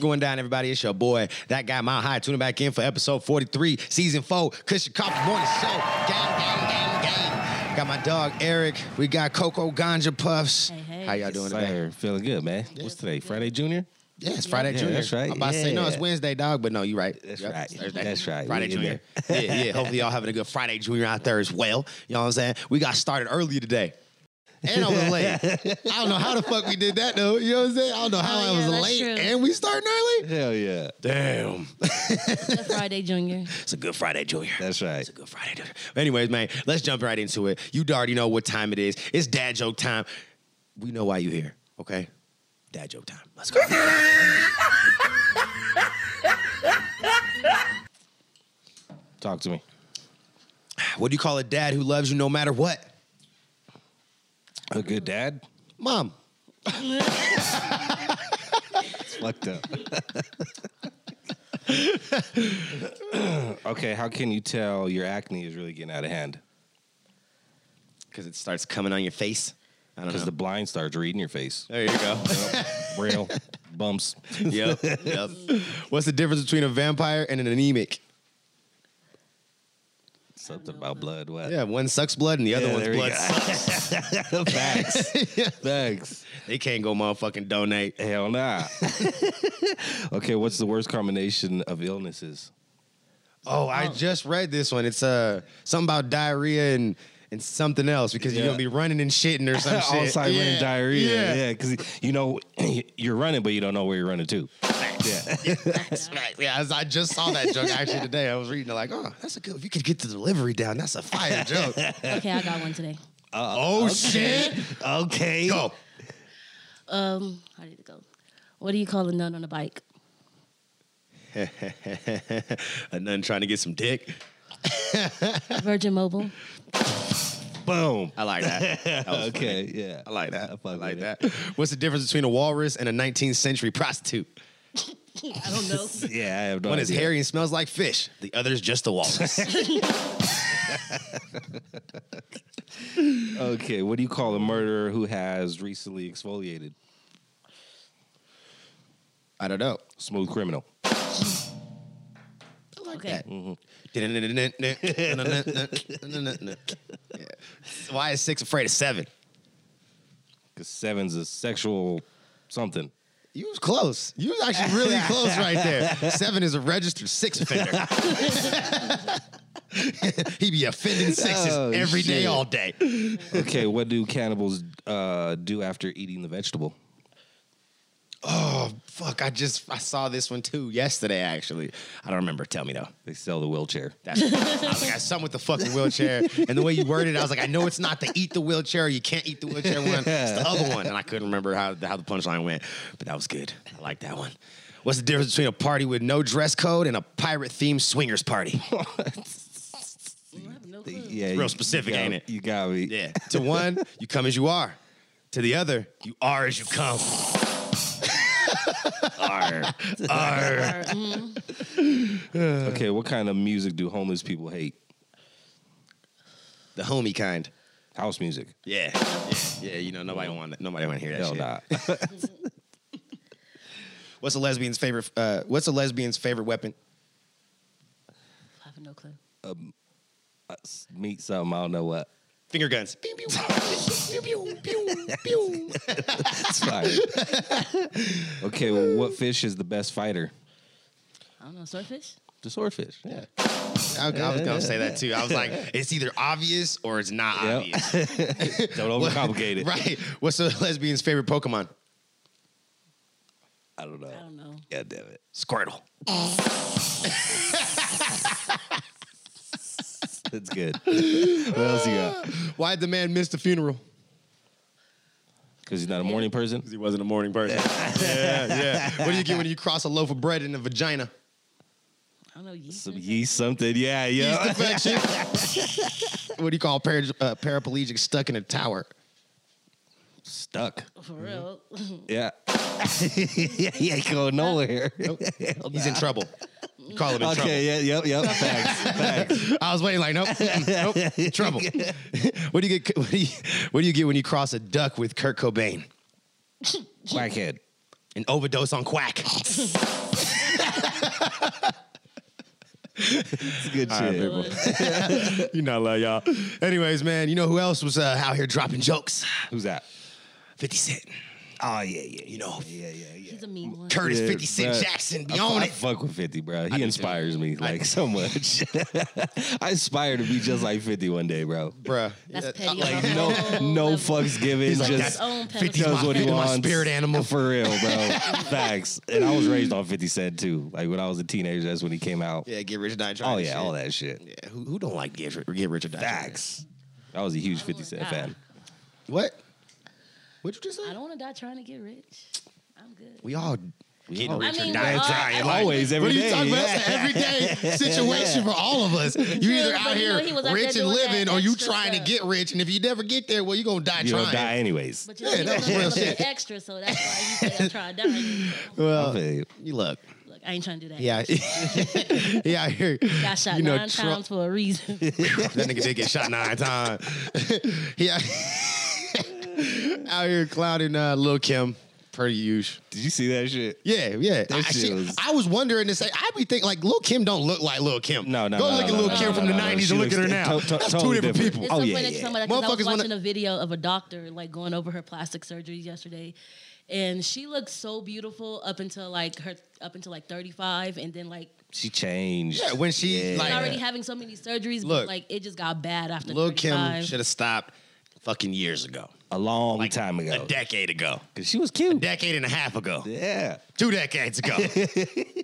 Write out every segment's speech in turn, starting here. going down, everybody? It's your boy, that guy, Mount High, tuning back in for episode 43, season four, Cushion Coffee Morning Show. Gang, gang, gang, gang. Got my dog, Eric. We got Coco Ganja Puffs. Hey, hey. How y'all doing today? Sir, feeling good, man. What's today? Friday Junior? Yeah, it's Friday Yeah, Junior. that's right. I'm about to say, no, it's Yeah. Wednesday, dog, but no, you right. That's Yep, right. Thursday. That's right. Friday We in Junior. yeah, yeah. Hopefully, y'all having a good Friday Junior out there as well. You know what I'm saying? We got started earlier today. And I was late. I don't know how the fuck we did that though. You know what I'm saying? I don't know how Oh, I yeah, was that's late true. and we starting early. Hell yeah. Damn. Friday Junior. It's a good Friday, Junior. That's right. It's a good Friday, Junior. But anyways, man, let's jump right into it. You already know what time it is. It's dad joke time. We know why you here, okay? Dad joke time. Let's go. Talk to me. what do you call a dad who loves you no matter what? A good dad? Mom. It's fucked up. okay, how can you tell your acne is really getting out of hand? Because it starts coming on your face. I don't Because the blind starts reading your face. there you go. Braille, bumps. yep. Yep. What's the difference between a vampire and an anemic? Something about blood. What? Yeah, one sucks blood and the other Yeah, one's there you blood go. sucks. Facts. Facts. They can't go motherfucking donate. Hell nah. okay, what's the worst combination of illnesses? Oh, I just read this one. It's uh something about diarrhea and and something else because you're Yeah. gonna be running and shitting or some shit. Alzheimer's and diarrhea. Yeah. Yeah, because you know you're running, but you don't know where you're running to. Yeah. That's right. Yeah, as I just saw that joke actually today. I was reading it like, oh, that's a good. If you could get the delivery down, that's a fire joke. Okay, I got one today. oh shit. okay. Go. Um, how did it go? What do you call a nun on a bike? A nun trying to get some dick. Virgin Mobile. Boom. I like that. that was funny. Okay. Yeah. I like that. I I, fuck like with that. What's the difference between a walrus and a 19th century prostitute? I don't know. Yeah, I have no One is idea. hairy and smells like fish. The other is just a walrus. Okay, what do you call a murderer who has recently exfoliated? I don't know. Smooth criminal. okay. Yeah. Mm-hmm. Why is six afraid of seven? Because seven's a sexual something. You was close. You was actually really close right there. Seven is a registered six offender. he be offending sixes Oh, every day, shit. all day. Okay, what do cannibals uh, do after eating the vegetable? Fuck, I just I saw this one too yesterday. Actually, I don't remember. Tell me though. They sell the wheelchair. That's I was like, I some with the fucking wheelchair. And the way you worded it, I was like, I know it's not the eat the wheelchair. You can't eat the wheelchair one. It's the other one. And I couldn't remember how, how the punchline went. But that was good. I like that one. What's the difference between a party with no dress code and a pirate themed swingers party? I have no clue. Yeah, Real you- specific, you got- ain't it? You got me. Yeah. To one, you come as you are. To the other, you are as you come. Arr. Arr. mm, Okay, what kind of music do homeless people hate? The homie kind. House music. Yeah. Yeah. Yeah. You know, nobody want that. Nobody want to hear that Hell shit. nah. What's a lesbian's favorite uh, what's a lesbian's favorite weapon? I have no clue. Meet something, I don't know what. Finger guns. Pew, pew, pew, pew, pew, pew. It's fire. okay, well, what fish is the best fighter? I don't know. Swordfish. The swordfish. Yeah. I, I was gonna say that too. I was like, it's either obvious or it's not Yep. obvious. Don't overcomplicate it. Right. What's a lesbian's favorite Pokemon? I don't know. I don't know. God damn it. Squirtle. That's good. what else you got? Why did the man miss the funeral? Because he's not a morning person? He wasn't a morning person. yeah, yeah. What do you get when you cross a loaf of bread in a vagina? I don't know. Yeast. Some yeast something. Yeah, yeah. Yeast infection. what do you call a par- uh, paraplegic stuck in a tower? Stuck. For real. Yeah. yeah, he ain't going nowhere. Nope. He's in trouble. You call him in trouble. Okay, yeah, yep, yep. Facts. Facts. I was waiting like, nope, nope, trouble. what do you get? What do you, what do you get when you cross a duck with Kurt Cobain? Blackhead. An overdose on quack. It's good shit. You're not allowed, y'all. Anyways, man, you know who else was uh, out here dropping jokes? Who's that? 50 Cent. Oh yeah, yeah, You know, yeah, yeah, yeah. He's a mean one. Curtis 50 Cent bruh. Jackson, I be fu- on I it. fuck with 50, bro. do He too. inspires me I like so much. I aspire to be just like 50 one day, bro. Bruh. That's Yeah. uh, petty. Like, on a No, Oh, whole no level. fucks given. He's like, just own pedestal. 50 's does my- what he my wants. spirit animal. for real, bro. Facts. And I was raised on 50 Cent too. Like when I was a teenager, that's when he came out. Yeah, get rich or die trying. oh yeah, all that shit. Yeah, who, who don't like get, ri- get rich or die? trying? Facts. I was a huge 50 Cent God. fan. What? What'd you just I say? don't want to die trying to get rich. I'm good. We all getting all- rich I or mean, die we're all- trying. I Like, Always, every what are you day, talking about? yeah. That's an everyday situation for all of us. You Yeah, either but out you here know he was out rich there and doing that living, or you extra trying to stuff. get rich. And if you never get there, well, you're gonna die You trying. don't die anyways. But you know, Yeah, he that's was doing real something shit. extra, so that's why he said I'm trying to die. You know, I Well, feel you. you look. Look, I ain't trying to do that. Yeah, yeah, I hear. Got shot you know, nine Trump- times for a reason. That nigga did get shot nine times. yeah, out here clowning uh, Lil Kim per usual. Did you see that shit? Yeah, yeah. I, That shit she- was- I was wondering to say, I be thinking like Lil Kim don't look like Lil Kim. No, no, Go no, look no, at no, Lil no, Kim no, from no, the no. '90s She and look at her looks now. to- to- That's totally two different, different. people. It's Oh, so yeah, funny that you yeah. talking about that 'cause I was Motherfuckers wanna- watching a video of a doctor like going over her plastic surgery yesterday, and she looked so beautiful up until like her up until like thirty five, and then like She changed. Yeah, when she, she's like- already having so many surgeries, Look. but like it just got bad after Lil 35. Kim should have stopped fucking years ago, a long time ago. a decade ago, Cause she was cute. decade and a half ago, yeah. two decades ago.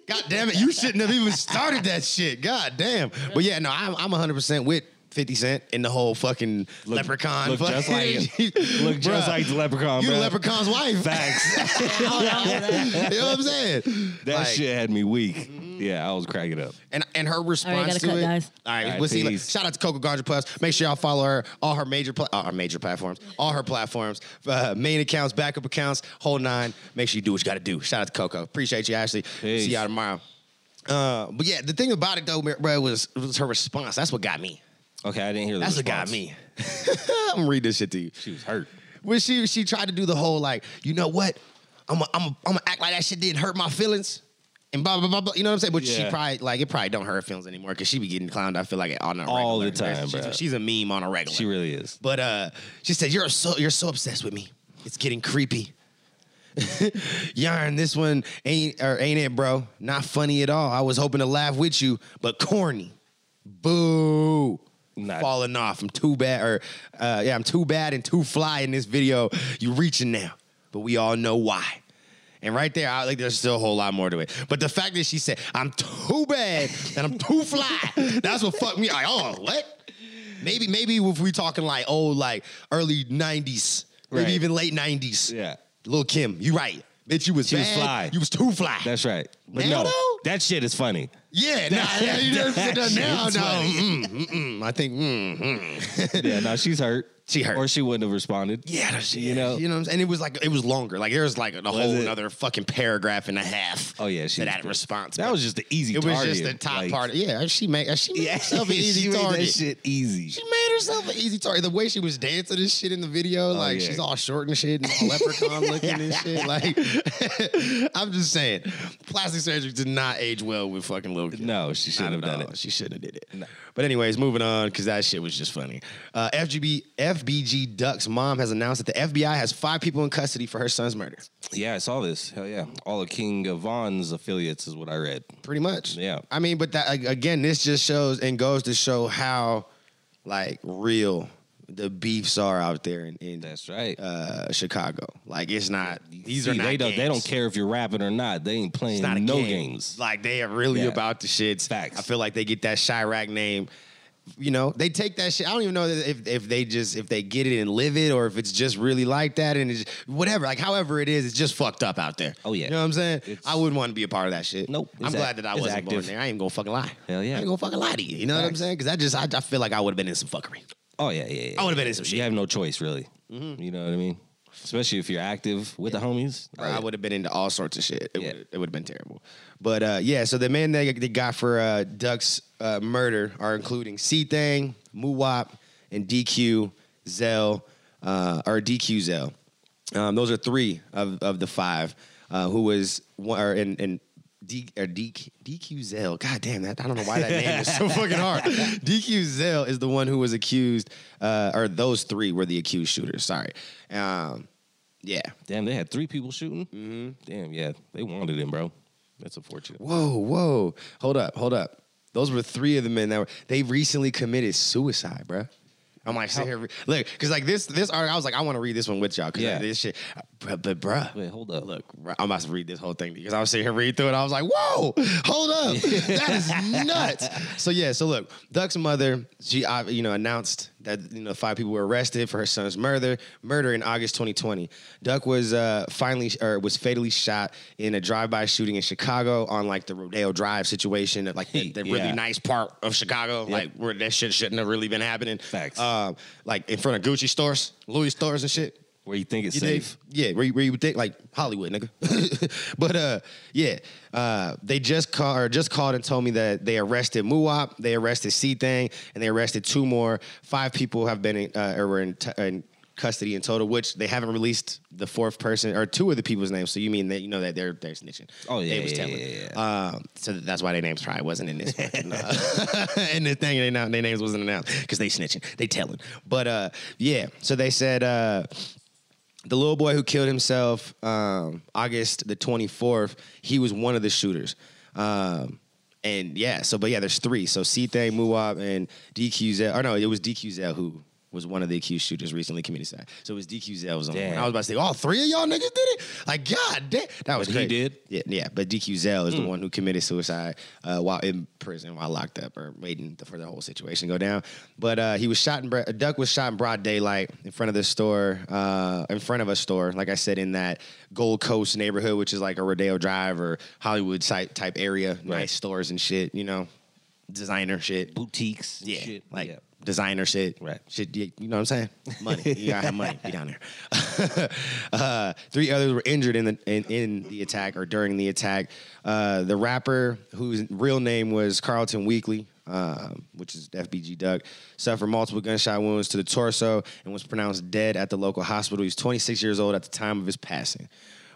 God damn it, you shouldn't have even started that shit. God damn. But yeah, no, I'm, I'm 100% with 50 Cent in the whole fucking leprechaun. Look just like fucking- him. Look just Bruh, like the leprechaun. You bruh. leprechaun's wife. Facts. I don't know. you know what I'm saying? that Like, shit had me weak. Yeah, I was cracking up. And and her response gotta to cut, it. guys. All right, All right, we'll see. you later. peace. Shout out to Coco Gardner Plus. Make sure y'all follow her. All her major pla- all her major platforms, all her platforms, uh, main accounts, backup accounts, whole nine. Make sure you do what you got to do. Shout out to Coco. Appreciate you, Ashley. Peace. See y'all tomorrow. Uh, but yeah, the thing about it though, bro, was was her response. That's what got me. Okay, I didn't hear the That's what got response. me. I'm gonna read this shit to you. She was hurt. When she she tried to do the whole like, you know what? I'm i I'm i am I'm gonna act like that shit didn't hurt my feelings. And blah blah blah, blah. you know what I'm saying? But she Yeah. probably like it probably don't hurt her feelings anymore because she be getting clowned. I feel like on a All regular. the time, she's, bruh. she's a meme on a regular. She really is. But uh, she said, "You're so you're so obsessed with me. It's getting creepy." Yarn, this one ain't or ain't it, bro? Not funny at all. I was hoping to laugh with you, but corny. Boo. Not- Falling off. I'm too bad, or uh, yeah, I'm too bad and too fly in this video. You reaching now, but we all know why. And right there, I, like there's still a whole lot more to it. But the fact that she said, "I'm too bad and I'm too fly," that's what fucked me. Like, oh, what? Maybe, maybe if we talking like old, like early '90s, maybe Right. even late '90s. Yeah. Lil Kim, you right. Bitch, you was She was bad. fly. You was too fly. That's right. But Now, no, though? that shit is funny. yeah, nah, yeah, you know, That shit's now, no, funny. mm, mm, mm, I think, mm, mm. Yeah, no, she's hurt. She hurt. Or she wouldn't have responded. yeah, that's- You know? you know, what I'm saying? And it was like it was longer. Like there was like a whole it? another fucking paragraph and a half. Oh, yeah, to she was that good. response. That but was just the easy It was target. just the top like- part. Yeah, she made she made Yeah, herself an she easy made target. that shit easy. She made herself an easy target. The way she was dancing and shit in the video, like Oh, yeah. she's all short and shit and all leprechaun looking and shit. Like, I'm just saying, plastic surgery did not age well with fucking Lil Kim. No, she shouldn't Not have at done all. it. She shouldn't have did it. But anyways, moving on because that shit was just funny. Uh, FGB FBG Duck's mom has announced that the FBI has five people in custody for her son's murder. Yeah, I saw this. Hell yeah. All of King of Von's affiliates is what I read. Pretty much. Yeah. I mean, but that ag- again, this just shows and goes to show how like real the beefs are out there in, in That's right. uh, Chicago. Like it's not. These See, are not. they don't they games. don't care if you're rapping or not. They ain't playing It's not a no game. games. Like they are really Yeah. about the shits. Facts. I feel like they get that Chirac name. You know, they take that shit. I don't even know that if if they just if they get it and live it, or if it's just really like that and it's whatever. Like however it is, it's just fucked up out there. Oh, yeah. you know what I'm saying? It's- I wouldn't want to be a part of that shit. Nope. I'm It's glad act- that I it's wasn't born active. there. I ain't gonna fucking lie. Hell yeah. I ain't gonna fucking lie to you. You know what I'm Facts. saying? Because I just I, I feel like I would have been in some fuckery. Oh yeah, yeah. yeah. I would've been in some shit. Mm-hmm. You have no choice, really. You know what I mean? Especially if you're active with the homies. Oh, I yeah. would have been into all sorts of shit. It Yeah. would it would have been terrible. But uh, yeah, so the men they, they got for uh, Duck's uh, murder are including C Thang, Muwap, and DQ Zell, uh, or DQ Zell. Um, those are three of, of the five. uh, who was one or and and. D, or D, DQ Zell. God damn that! I don't know why that name is so fucking hard. DQ Zell is the one who was accused, uh, or those three were the accused shooters. Sorry. Um, yeah. Damn, they had three people shooting. Mm-hmm. Damn, yeah, they wanted him, bro. That's unfortunate. Whoa, whoa. Hold up, hold up. Those were three of the men that were they recently committed suicide, bruh. I'm like, sit here, re- look, because like this, this art, I was like, I want to read this one with y'all, because Yeah. this shit, but, but bruh, Wait, hold up. look, bruh, I'm about to read this whole thing because I was sitting here reading through it. I was like, whoa, hold up, that is nuts. So yeah, so look, Duck's mother, she, uh, you know, announced that you know five people were arrested for her son's murder, murder in August 2020. Duck was uh, finally or was fatally shot in a drive-by shooting in Chicago on like the Rodeo Drive situation, at, like the, the really Yeah. nice part of Chicago, like where that shit shouldn't have really been happening. Facts. Um, like in front of Gucci stores, Louis stores, and shit. Where you think it's You dig? safe? Yeah, where you, where you would think like Hollywood, nigga. but uh, yeah, uh, they just call or just called and told me that they arrested Muwop, they arrested C Thang, and they arrested two more. Five people have been in, uh, or were in, t- in custody in total, which they haven't released the fourth person or two of the people's names. So you mean that you know that they're they're snitching? Oh, yeah, they was yeah, telling. yeah, Um, so that's why their names probably wasn't in this. fucking, uh, in this thing, they not their names wasn't announced because they snitching, they telling. But uh, yeah, so they said. Uh, the little boy who killed himself um, August the 24th, he was one of the shooters. Um, and yeah, so but yeah, there's three. So C Thang, Muwab, and DQZ. Or no, it was DQZ who was one of the accused shooters recently committed suicide. So it was DQZ was on. Damn. one. I was about to say, all three of y'all niggas did it. Like God damn, that was But crazy. he did? Yeah, yeah. But DQZ is the one who committed suicide uh, while in prison, while locked up, or waiting for the whole situation to go down. But uh, he was shot in. bra- A duck was shot in broad daylight in front of the store, uh, in front of a store. Like I said, in that Gold Coast neighborhood, which is like a Rodeo Drive or Hollywood type type area, nice stores and shit. You know, designer shit. Boutiques. and Yeah, shit. like yeah. designer shit. Right. Shit, you you know what I'm saying? Money. You gotta have money. Be down there. uh, three others were injured in the in, in the attack or during the attack. Uh, the rapper, whose real name was Carlton Weekly, um, which is FBG Duck, suffered multiple gunshot wounds to the torso and was pronounced dead at the local hospital. He was 26 years old at the time of his passing.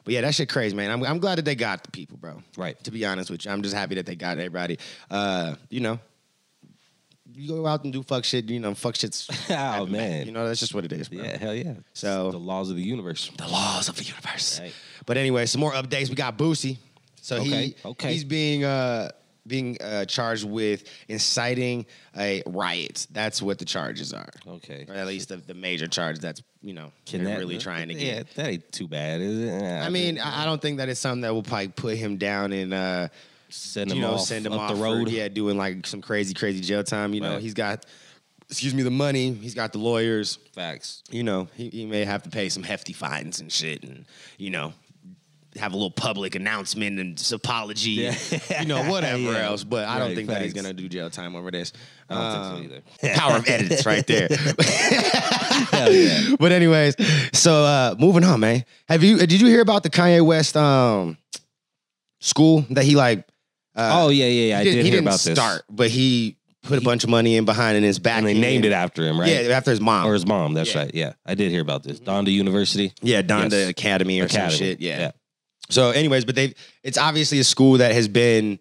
But yeah, that shit crazy, man. I'm, I'm glad that they got the people, bro. Right. To be honest with you, I'm just happy that they got everybody. Uh, you know, you go out and do fuck shit, you know, fuck shit's Oh man. you know, that's just what it is, bro. Yeah, hell yeah. So- It's the laws of the universe. The laws of the universe. Right. But anyway, some more updates. We got Boosie. So Okay, he okay. he's being uh being uh, charged with inciting a riot. That's what the charges are. Okay. Or at least the, the major charge that's, you know, Can they're that- really trying to get. Yeah, that ain't too bad, is it? Nah, I mean, I I don't think that it's something that will probably put him down in uh send you him know, off, send him up off the for- road. yeah, doing like some crazy, crazy jail time. You know, Right. he's got, excuse me, the money. He's got the lawyers. Facts. You know, he, he may have to pay some hefty fines and shit, and you know, have a little public announcement and s- apology. Yeah. And, you know, whatever Yeah. else. But I don't Right, think that he's facts. gonna do jail time over this. I don't think so Um, Power of edits right there. Hell yeah. but anyways, so uh moving on, man. Have you did you hear about the Kanye West um school that he like uh, oh yeah, yeah, yeah. I he did, didn't- he hear didn't about this. start, but he put a bunch of money in behind in his back, And they end. named it after him, right? Yeah, after his mom. Or his mom. That's Yeah. right. Yeah, I did hear about this. Donda University yeah, Donda Yes. Academy or Academy. some shit. Yeah. So, anyways, but they it's obviously a school that has been.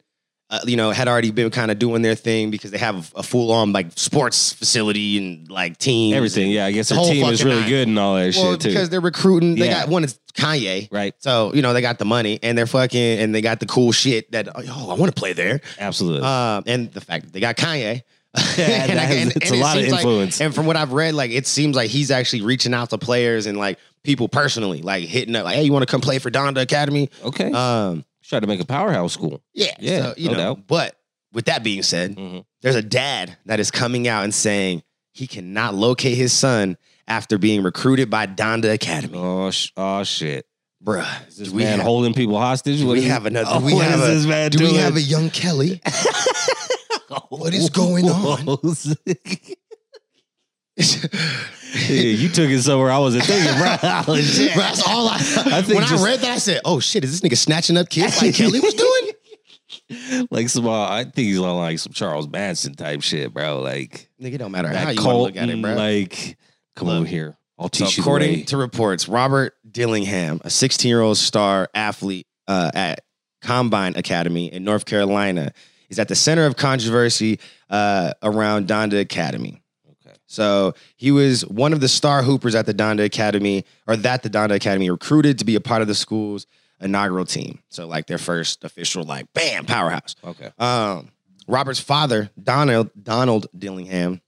Uh, you know, had already been kind of doing their thing because they have a full on like sports facility and like teams. everything. Yeah, I guess their Whole team is fucking really nine. good and all that Well, shit too. because they're recruiting. They Yeah. got one is Kanye, Right. So you know they got the money and they're fucking and they got the cool shit that oh I want to play there. Absolutely. Um, and the fact that they got Kanye. Yeah, that is- it's a it lot of seems like- influence. and from what I've read, like it seems like he's actually reaching out to players and like people personally, like hitting up, like, hey, you want to come play for Donda Academy? okay. Um, Try to make a powerhouse school. yeah, Yeah, so, you no know. doubt. But with that being said, Mhm. there's a dad that is coming out and saying he cannot locate his son after being recruited by Donda Academy. Oh, sh- oh shit. Bruh, Is this do we man have, holding people hostage? do What we is- have another? Oh, do we what have is a, this man do doing? we have a young Kelly? what is going on? Yeah, you took it somewhere I wasn't thinking, bro. Oh, shit. Bro, that's all I. I think when just- I read that, I said, "Oh shit, is this nigga snatching up kids like Kelly was doing?" Like some, uh, I think he's on like some Charles Manson type shit, bro. Like Nigga, it don't matter that how you wanna cult, look at it, and, bro. like come Look. over here. I'll So teach you. according the way. to reports, Robert Dillingham, a 16 year old star athlete uh, at Combine Academy in North Carolina, is at the center of controversy uh, around Donda Academy. Okay. So he was one of the star hoopers at the Donda Academy, or that the Donda Academy recruited to be a part of the school's inaugural team. So like their first official, like bam, powerhouse. okay. Um, Robert's father, Donald Donald Dillingham,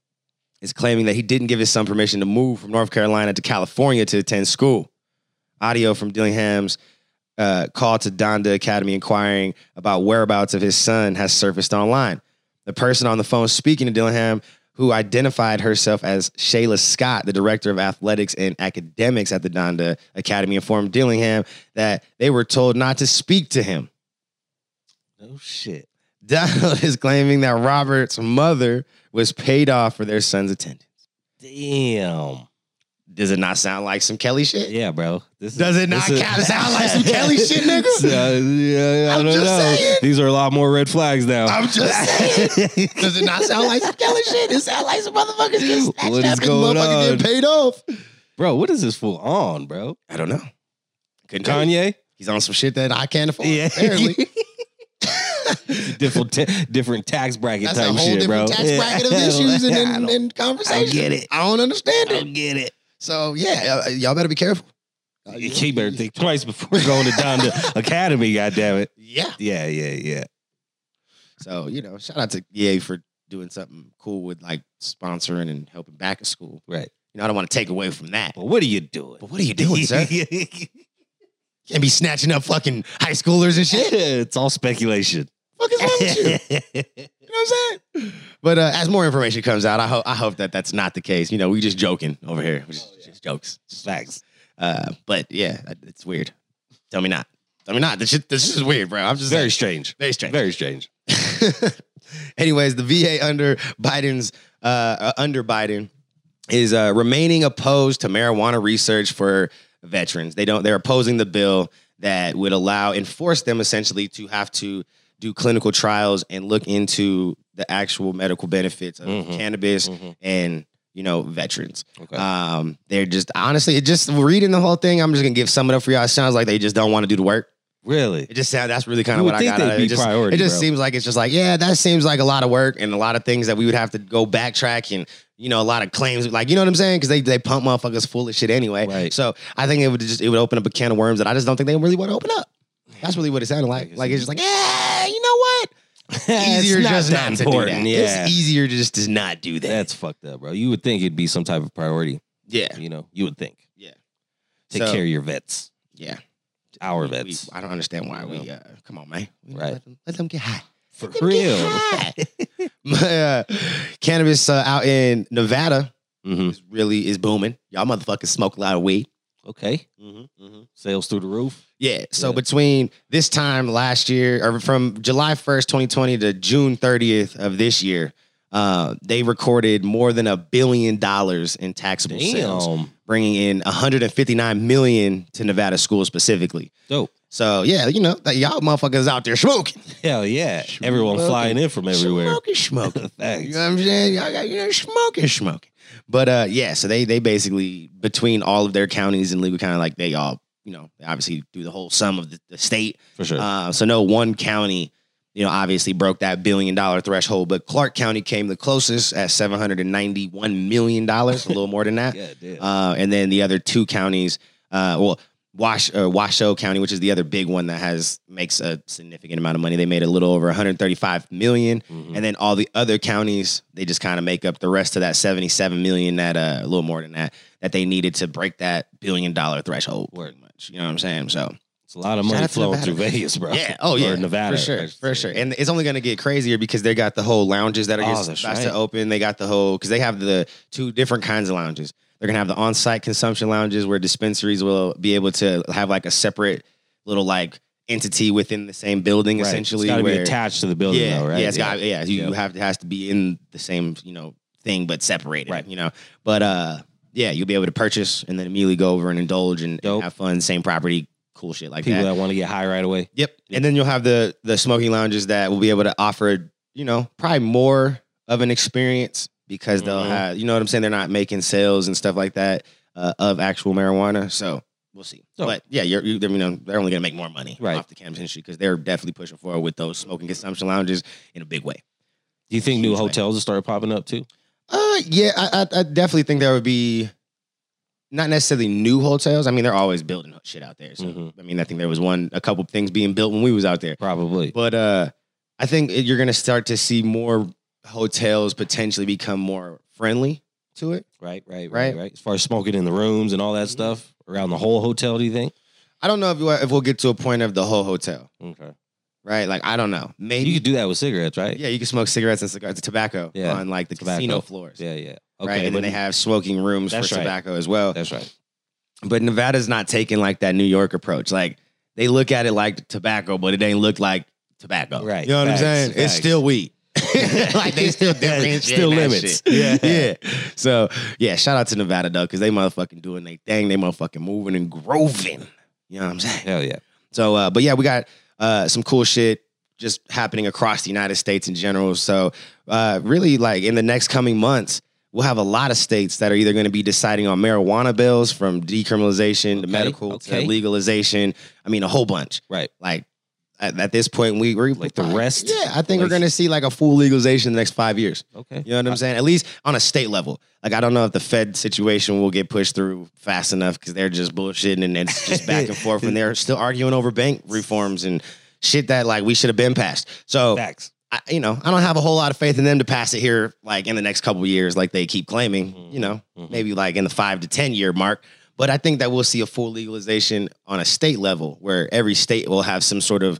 is claiming that he didn't give his son permission to move from North Carolina to California to attend school. Audio from Dillingham's uh, call to Donda Academy inquiring about whereabouts of his son has surfaced online. The person on the phone speaking to Dillingham, who identified herself as Shayla Scott, the director of athletics and academics at the Donda Academy, informed Dillingham that they were told not to speak to him. No shit. Donald is claiming that Robert's mother was paid off for their son's attendance. Damn. Does it not sound like some Kelly shit? Yeah, bro. This is- Does it not this is- kinda sound like some Kelly shit, nigga? So, yeah, I I'm don't just know. saying. These are a lot more red flags now. I'm just saying. Does it not sound like some Kelly shit? It sounds like some motherfuckers getting snatched What is up and going motherfuckers on? getting paid off. bro, what is this fool on, bro? I don't know. Couldn't tell you. Kanye? He's on some shit that I can't afford. Yeah. Apparently. different, ta- different tax bracket That's a type whole shit, bro. different tax bracket of issues and, I and, don't- and conversations. get it. I don't understand I it. don't get it. So yeah, uh, y'all better be careful. Uh, You keep better think twice before going to Donda Academy. God damn it. Yeah. Yeah, yeah, yeah. So you know, shout out to EA for doing something cool with like sponsoring and helping back at school. Right. You know, I don't want to take away from that. But what are you doing? But what are you doing, sir? Can't be snatching up fucking high schoolers and shit. it's all speculation. Fuck is wrong with you? You know what I'm saying? But uh, as more information comes out, I hope I hope that that's not the case. You know, we just joking over here. We Oh, just, just jokes. Facts. Uh, but yeah, it's weird. Tell me not. Tell me not. This shit, this shit is weird, bro. I'm just Very saying. strange. very strange. Very strange. Anyways, the VA under Biden's uh, uh, under Biden is uh, remaining opposed to marijuana research for veterans. They don't. They're opposing the bill that would allow and force them essentially to have to do clinical trials and look into the actual medical benefits of Mhm. cannabis Mhm. and you know veterans. Okay. Um, they're just honestly, it just reading the whole thing. I'm just gonna give some of it up for y'all. It sounds like they just don't want to do the work. really? It just sounds that's really kind You of would what I think got. out they'd of it. be It just, priority, it just bro. seems like it's just like yeah, that seems like a lot of work and a lot of things that we would have to go backtrack and you know a lot of claims like you know what I'm saying because they they pump motherfuckers full of shit anyway. Right. So I think it would just it would open up a can of worms that I just don't think they really want to open up. That's really what it sounded like. Like it's just like yeah, you know what? Easier just not to do that. Yeah. It's easier to just to not do that. That's fucked up, bro. You would think it'd be some type of priority. yeah, You know, you would think. Yeah. Take So- care of your vets. yeah. Our We- vets. I don't understand why we. Uh, come on, man. We Right. Let them, let them get high. For Let them get real. high. My, uh, cannabis uh, out in Nevada hmm is really is booming. Y'all motherfuckers smoke a lot of weed. Okay. Sales through the roof. Yeah. So Mm-hmm, Yeah. between this time last year, or from July 1st, 2020 to June 30th of this year, uh, they recorded more than a billion dollars in taxable sales, Damn. bringing in 159 million to Nevada schools specifically. Dope. So yeah, you know, that y'all motherfuckers out there smoking, Hell yeah. Everyone Smoking. flying in from everywhere. smoking, smoking. You Thanks. know what I'm saying? Y'all got you know smoking, smoking. But uh, yeah, so they they basically between all of their counties and legal county, like they all you know obviously do the whole sum of the, the state. For sure. Uh, so no one county, you know, obviously broke that billion dollar threshold, but Clark County came the closest at seven hundred and ninety one million dollars, a little more than that. yeah, damn. Uh, and then the other two counties, uh, well, Wash, uh, Washoe County, which is the other big one that has makes a significant amount of money. They made a little over 135 million, Mhm. and then all the other counties they just kind of make up the rest of that 77 million that uh, a little more than that that they needed to break that billion dollar threshold. Pretty much, you know what I'm saying? So It's a lot of Shout money out to flowing Nevada. through Vegas, bro. yeah, oh yeah, Or Nevada. for sure, for sure. And And it's only going to get crazier because they got the whole lounges that are Oh, just that's about right. to open. They got the whole because they have the two different kinds of lounges. They're gonna have the on-site consumption lounges where dispensaries will be able to have like a separate little like entity within the same building, essentially. It's got to be where- attached to the building, yeah, though, right? Yeah, it's got yeah. You Yeah. have to has to be in the same you know thing, but separated. Right. You know, but uh, yeah, you'll be able to purchase and then immediately go over and indulge and, and Dope. have fun. Same property, cool shit like People that. that want to get high right away. Yep. And then you'll have the the smoking lounges that will be able to offer, you know, probably more of an experience because they'll Mhm. Mm-hmm. have, you know what I'm saying? They're not making sales and stuff like that. uh, of actual marijuana. So we'll see. Oh. But yeah, you're, you, they're, you know, they're only going to make more money Right. off the cannabis industry because they're definitely pushing forward with those smoking consumption lounges in a big way. Do you think new Huge thing. hotels will start popping up too? Uh, yeah, I, I, I definitely think there would be not necessarily new hotels. I mean, they're always building shit out there. So Mhm. I mean, I think there was one, a couple things being built when we was out there. Probably. But uh, I think it- you're going to start to see more hotels potentially become more friendly to it. Right, right, Right. right, right. As far as smoking in the rooms and all that Mhm. stuff around the whole hotel, do you think? I don't know if, you- if we'll get to a point of the whole hotel, Okay. right? Like, I don't know. Maybe. You could do that with cigarettes, right? yeah, you can smoke cigarettes and cigars, tobacco Yeah, on like the tobacco. casino floors. yeah, yeah. Okay, Right. And but then they have smoking rooms for That's right. tobacco as well. That's right. but Nevada's not taking like that New York approach. Like they look at it like tobacco, but it ain't look like tobacco. Right. You know what Facts, I'm saying? It's facts. still weed. like they still differentiate Still that shit. limits. Yeah. yeah. So yeah, shout out to Nevada though, because they motherfucking doing their thing. They motherfucking moving and groving. You know what I'm saying? Hell yeah. So, uh, but yeah, we got uh, some cool shit just happening across the United States in general. So, uh, really, like in the next coming months, we'll have a lot of states that are either going to be deciding on marijuana bills from decriminalization to Okay, medical okay. to legalization. I mean, a whole bunch. Right. Like at, at this point, we we're Like the rest? Yeah, I think we're Like- going to see like a full legalization in the next five years. Okay. You know what I'm saying? At least on a state level. Like I don't know if the Fed situation will get pushed through fast enough because they're just bullshitting and it's just back and forth, and they're still arguing over bank reforms and shit that like we should have been passed. So Facts. I, you know, I don't have a whole lot of faith in them to pass it here like in the next couple of years, like they keep claiming. You know, Mhm. maybe like in the five to ten year mark. But I think that we'll see a full legalization on a state level where every state will have some sort of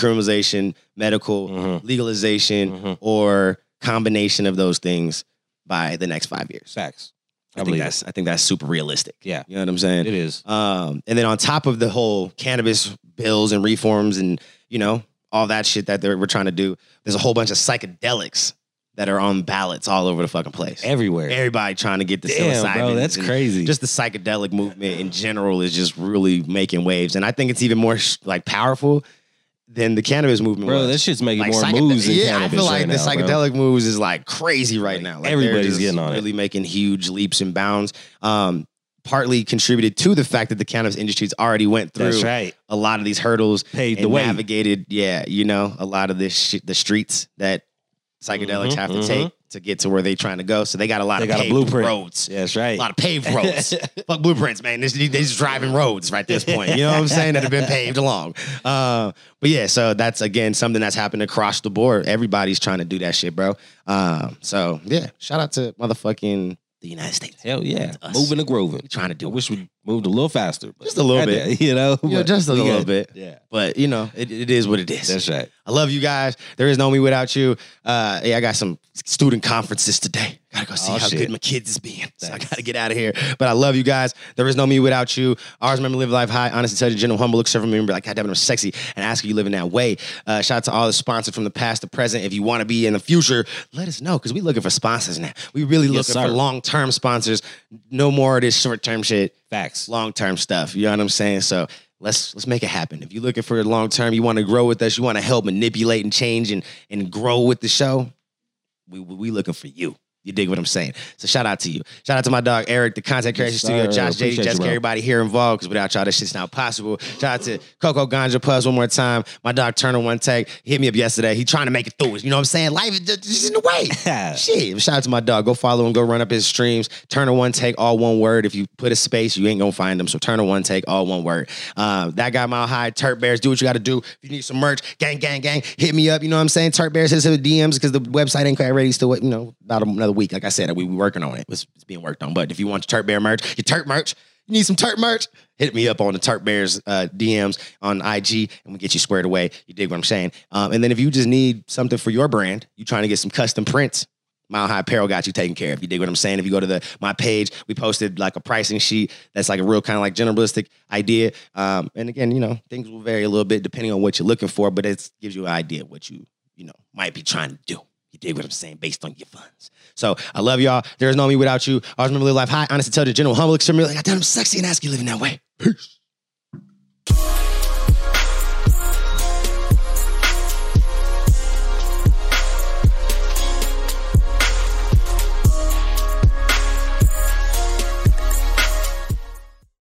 decriminalization, medical, Mhm. legalization Mhm. or combination of those things by the next five years. Facts. I, think that's I think that's super realistic. Yeah. You know what I'm it. saying? It is. Um, and then on top of the whole cannabis bills and reforms and you know all that shit that they're, we're trying to do, there's a whole bunch of psychedelics that are on ballots all over the fucking place. Everywhere. Everybody trying to get the Damn, psilocybin. bro, that's and crazy. Just the psychedelic movement in general is just really making waves, and I think it's even more sh- like powerful than the cannabis movement. bro, was that shit's making more psychedel- moves. in yeah, I cannabis feel like right the now, bro. psychedelic moves is like crazy right Like, now. Like they're everybody's just getting on it. really making huge leaps and bounds. Um, partly contributed to the fact that the cannabis industry's already went through That's right. a lot of these hurdles Paved and the way. navigated. Yeah, you know, a lot of this shit, the streets that psychedelics Mhm, have to mhm. take to get to where they're trying to go. So they got a lot They of got a paved blueprint. roads. Yeah, that's A right. lot of paved roads. Fuck blueprints, man. This- They're just driving roads right at this point. You know what I'm saying? That have been paved along. Uh, but yeah, so that's again something that's happened across the board. Everybody's trying to do that shit, bro. Um, so yeah, shout out to motherfucking the United States. Hell yeah. That's us. Moving and groving. Trying to I do it. wish we moved a little faster. but- Just a little bit. You know? You know, but just a we little got- bit. Yeah. But you know, it, it is what it is. That's right. I love you guys. There is no me without you. Uh, yeah, I got some student conferences today. Gotta go see Oh, how shit. good my kids is being. So I Thanks. gotta get out of here. But I love you guys. There is no me without you. Ours remember live life high, honest, intelligent, gentle, humble, look, serve, remember like goddamn, I'm sexy, and ask if you live in that way. Uh, shout out to all the sponsors from the past to present. If you want to be in the future, let us know because we looking for sponsors now. We really Yes, looking sir. for long term sponsors. No more of this short term shit Facts. long term stuff. You know what I'm saying? So let's let's make it happen. If you're looking for a long term, you want to grow with us, you want to help manipulate and change and and grow with the show. We we- we looking for you. You dig what I'm saying? So shout out to you. Shout out to my dog Eric, the content creation Yes, studio, sir. Josh, JD, Appreciate you, Jessica, bro. everybody here involved. Because without y'all, this shit's not possible. Shout out to Coco Ganja Puss one more time. My dog Turner One Take he hit me up yesterday. He trying to make it through. You know what I'm saying? Life is just it's in the way. Shit. But Shout out to my dog. Go follow him. Go run up his streams. Turner one take, all one word. If you put a space, you ain't gonna find him. So Turner one take, all one word. Um, that guy mile high. Turp Bears. Do what you got to do. If you need some merch, gang, gang, gang. Hit me up. You know what I'm saying? Turp Bears hits the DMs because the website ain't quite ready. Still, you know, about another week. Like I said, we we working on it. It's, it's being worked on. But if you want your Turp Bear merch, your Turp merch. You need some Turp merch? Hit me up on the Turp Bears uh, DMs on IG and we get you squared away. You dig what I'm saying? Um, and then if you just need something for your brand, you trying to get some custom prints, Mile High Apparel got you taken care of. You dig what I'm saying? If you go to the my page, we posted like a pricing sheet that's like a real kind of like generalistic idea. Um, and again, you know, things will vary a little bit depending on what you're looking for, but it gives you an idea of what you you know might be trying to do. You dig what I'm saying? Based on your funds. So I love y'all. There is no me without you. Always remember to live life high, honest, intelligent, general, humble, extremely. I damn, I'm sexy and ask you living that way. Peace.